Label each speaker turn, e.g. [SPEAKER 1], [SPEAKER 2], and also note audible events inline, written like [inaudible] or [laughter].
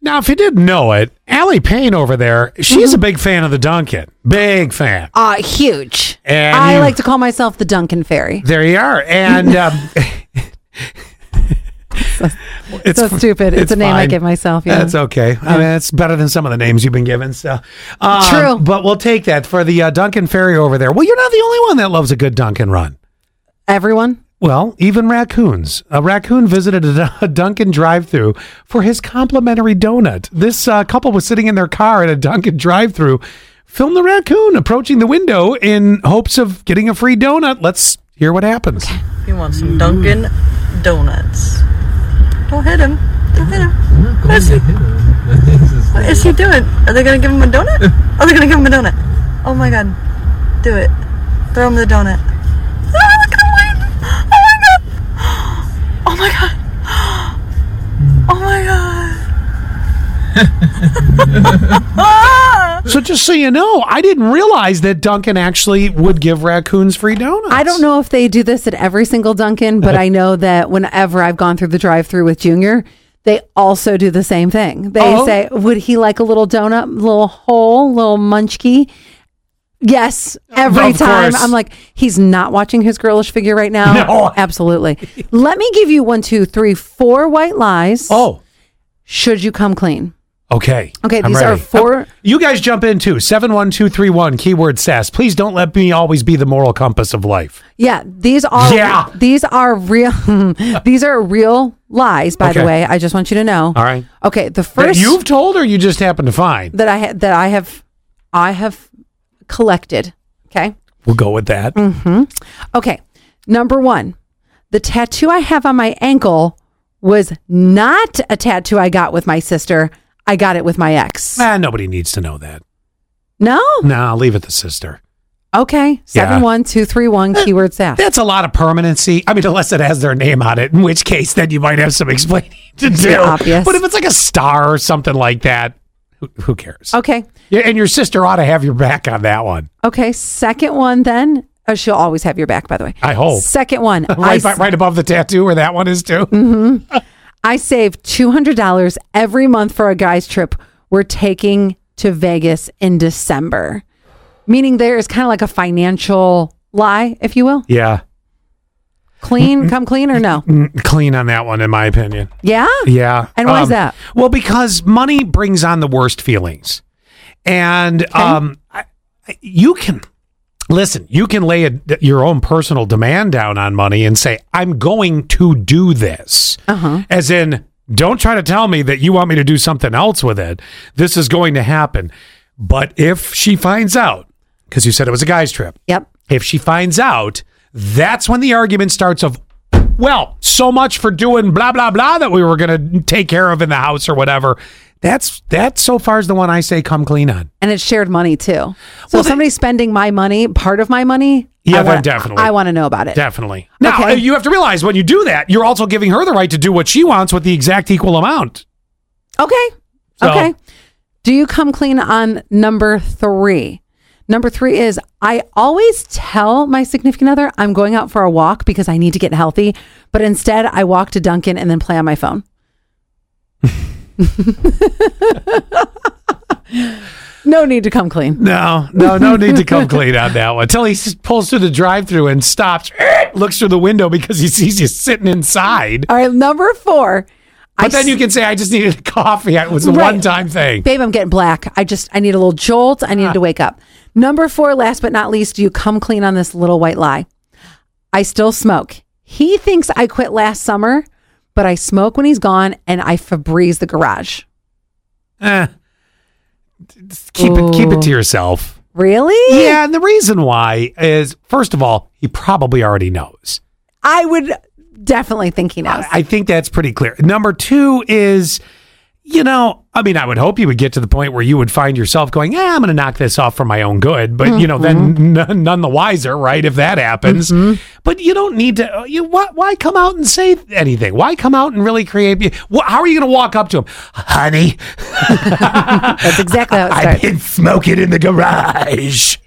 [SPEAKER 1] Now, if you didn't know it, Allie Payne over there, she's
[SPEAKER 2] Mm-hmm.
[SPEAKER 1] a big fan of the Duncan. Big fan.
[SPEAKER 2] Uh, huge.
[SPEAKER 1] And
[SPEAKER 2] I
[SPEAKER 1] you-
[SPEAKER 2] like to call myself the Duncan Fairy.
[SPEAKER 1] There you are.
[SPEAKER 2] [laughs]
[SPEAKER 1] And um, it's
[SPEAKER 2] so stupid. It's, a name I
[SPEAKER 1] fine.
[SPEAKER 2] give myself. Yeah.
[SPEAKER 1] That's okay. I mean, it's better than some of the names you've been given. So um,
[SPEAKER 2] True.
[SPEAKER 1] but we'll take that for the uh, Duncan Ferry over there. Well, you're not the only one that loves a good Duncan run.
[SPEAKER 2] Everyone.
[SPEAKER 1] Well, even raccoons. A raccoon visited a, [laughs] a Dunkin' drive-through for his complimentary donut. This uh, couple was sitting in their car at a Dunkin' drive-through, filmed the raccoon approaching the window in hopes of getting a free donut. Let's hear what happens.
[SPEAKER 3] He wants some Dunkin' Donuts. Don't hit him. Don't hit him. What is he, what is he doing? Are they gonna give him a donut? Are they gonna give him a donut? Oh my god. Do it. Throw him the donut. Oh, look at him waiting. Oh my god. Oh my god. Oh my Oh god. [laughs]
[SPEAKER 1] So just so you know, I didn't realize that Dunkin' actually would give raccoons free donuts.
[SPEAKER 2] I don't know if they do this at every single Duncan,
[SPEAKER 1] Uh-huh.
[SPEAKER 2] but I know that whenever I've gone through the drive-through with Junior, they also do the same thing. They
[SPEAKER 1] Oh.
[SPEAKER 2] say, "Would he like a little donut, little hole, little munchkie?" Yes, every
[SPEAKER 1] Of
[SPEAKER 2] time.
[SPEAKER 1] course.
[SPEAKER 2] I'm like, he's not watching his girlish figure right now.
[SPEAKER 1] [laughs] No.
[SPEAKER 2] Absolutely. Let me give you one, two, three, four white lies.
[SPEAKER 1] Oh,
[SPEAKER 2] Should you come clean?
[SPEAKER 1] okay.
[SPEAKER 2] Okay,
[SPEAKER 1] I'm
[SPEAKER 2] these are
[SPEAKER 1] ready. Oh,
[SPEAKER 2] four-
[SPEAKER 1] You guys jump in too. 71231, keyword sass. Please don't let me always be the moral compass of life.
[SPEAKER 2] Yeah, these are
[SPEAKER 1] Yeah.
[SPEAKER 2] these are real [laughs] these are real lies. By the
[SPEAKER 1] Okay.
[SPEAKER 2] way, I just want you to know.
[SPEAKER 1] All right.
[SPEAKER 2] Okay,
[SPEAKER 1] That
[SPEAKER 2] the first
[SPEAKER 1] you've told or you just happen to find?
[SPEAKER 2] that I ha- that I have I have collected. Okay.
[SPEAKER 1] We'll go with that.
[SPEAKER 2] Mm. Okay. Number 1. The tattoo I have on my ankle was not a tattoo I got with my sister. I got it with my ex.
[SPEAKER 1] Ah, nobody needs to know that.
[SPEAKER 2] No?
[SPEAKER 1] Nah, leave it to sister.
[SPEAKER 2] Okay.
[SPEAKER 1] [laughs]
[SPEAKER 2] 71231 keyword sass.
[SPEAKER 1] That's a lot of permanency. I mean, unless it has their name on it, in which case then you might have some explaining [laughs] to do.
[SPEAKER 2] obvious.
[SPEAKER 1] But if it's like a star or something like that, who, who cares?
[SPEAKER 2] Okay.
[SPEAKER 1] Yeah, and your sister ought to have your back on that one.
[SPEAKER 2] Okay, second one then. Oh, she'll always have your back by the way.
[SPEAKER 1] I hope.
[SPEAKER 2] Second one. I
[SPEAKER 1] [laughs] Right,
[SPEAKER 2] s- Mm.
[SPEAKER 1] by- right above the tattoo where that one is too.
[SPEAKER 2] I save $200 every month for a guy's trip we're taking to Vegas in December. Meaning there is kind of like a financial lie, if you will.
[SPEAKER 1] Yeah. Mm-hmm.
[SPEAKER 2] Clean, come clean or no?
[SPEAKER 1] Mm, Clean on that one, in my opinion.
[SPEAKER 2] Yeah?
[SPEAKER 1] Yeah. Um,
[SPEAKER 2] And why is that?
[SPEAKER 1] Well, because money brings on the worst feelings. And um, I, I- you can listen, you can lay a, your own personal demand down on money and say, I'm going to do this.
[SPEAKER 2] Uh-huh.
[SPEAKER 1] As in, don't try to tell me that you want me to do something else with it. This is going to happen. But if she finds out, because you said it was a guy's trip,
[SPEAKER 2] Yep.
[SPEAKER 1] if she finds out, that's when the argument starts of, well, so much for doing blah blah blah that we were going to take care of in the house or whatever. That's that so far is the one I say come clean on.
[SPEAKER 2] And it's shared money too. So
[SPEAKER 1] Well,
[SPEAKER 2] if somebody's spending my money, part of my money,
[SPEAKER 1] Yeah,
[SPEAKER 2] I
[SPEAKER 1] then
[SPEAKER 2] wanna-
[SPEAKER 1] definitely.
[SPEAKER 2] I want to know about it.
[SPEAKER 1] Definitely. Now
[SPEAKER 2] Okay.
[SPEAKER 1] uh, you have to realize when you do that, you're also giving her the right to do what she wants with the exact equal amount.
[SPEAKER 2] Okay.
[SPEAKER 1] So-
[SPEAKER 2] Okay. Do you come clean on number three? Number three is I always tell my significant other I'm going out for a walk because I need to get healthy, but instead I walk to Duncan and then play on
[SPEAKER 1] [laughs]
[SPEAKER 2] my phone. [laughs] no need to come clean.
[SPEAKER 1] No, no, no need to come clean on that one. Until he s- pulls through the drive-through and stops, [laughs] looks through the window because he sees you sitting inside.
[SPEAKER 2] All right, number four.
[SPEAKER 1] But then you can say, "I just needed coffee. It was a
[SPEAKER 2] Right.
[SPEAKER 1] one-time thing."
[SPEAKER 2] babe, I'm getting black. I just, I need a little jolt. I needed to wake up. Number four, last but not least, you come clean on this little white lie. I still smoke. He thinks I quit last summer, but I smoke when he's gone and I Febreze the garage.
[SPEAKER 1] Eh. Just keep it keep it to
[SPEAKER 2] Ooh.
[SPEAKER 1] yourself.
[SPEAKER 2] Really?
[SPEAKER 1] Yeah, and the reason why is first of all, he probably already knows.
[SPEAKER 2] I would definitely think
[SPEAKER 1] [laughs]
[SPEAKER 2] he knows.
[SPEAKER 1] I, I think that's pretty clear. Number two is, you know, I mean, I would hope you would get to the point where you would find yourself going, "Yeah, I'm going to knock this off for my own good," but you know, then n- none the wiser, right? If that happens, but you don't need to. You why, why come out and say anything? Why come out and really create? Wh- how are you going to walk up to him, honey?
[SPEAKER 2] That's exactly how it starts.
[SPEAKER 1] been smoking in the garage.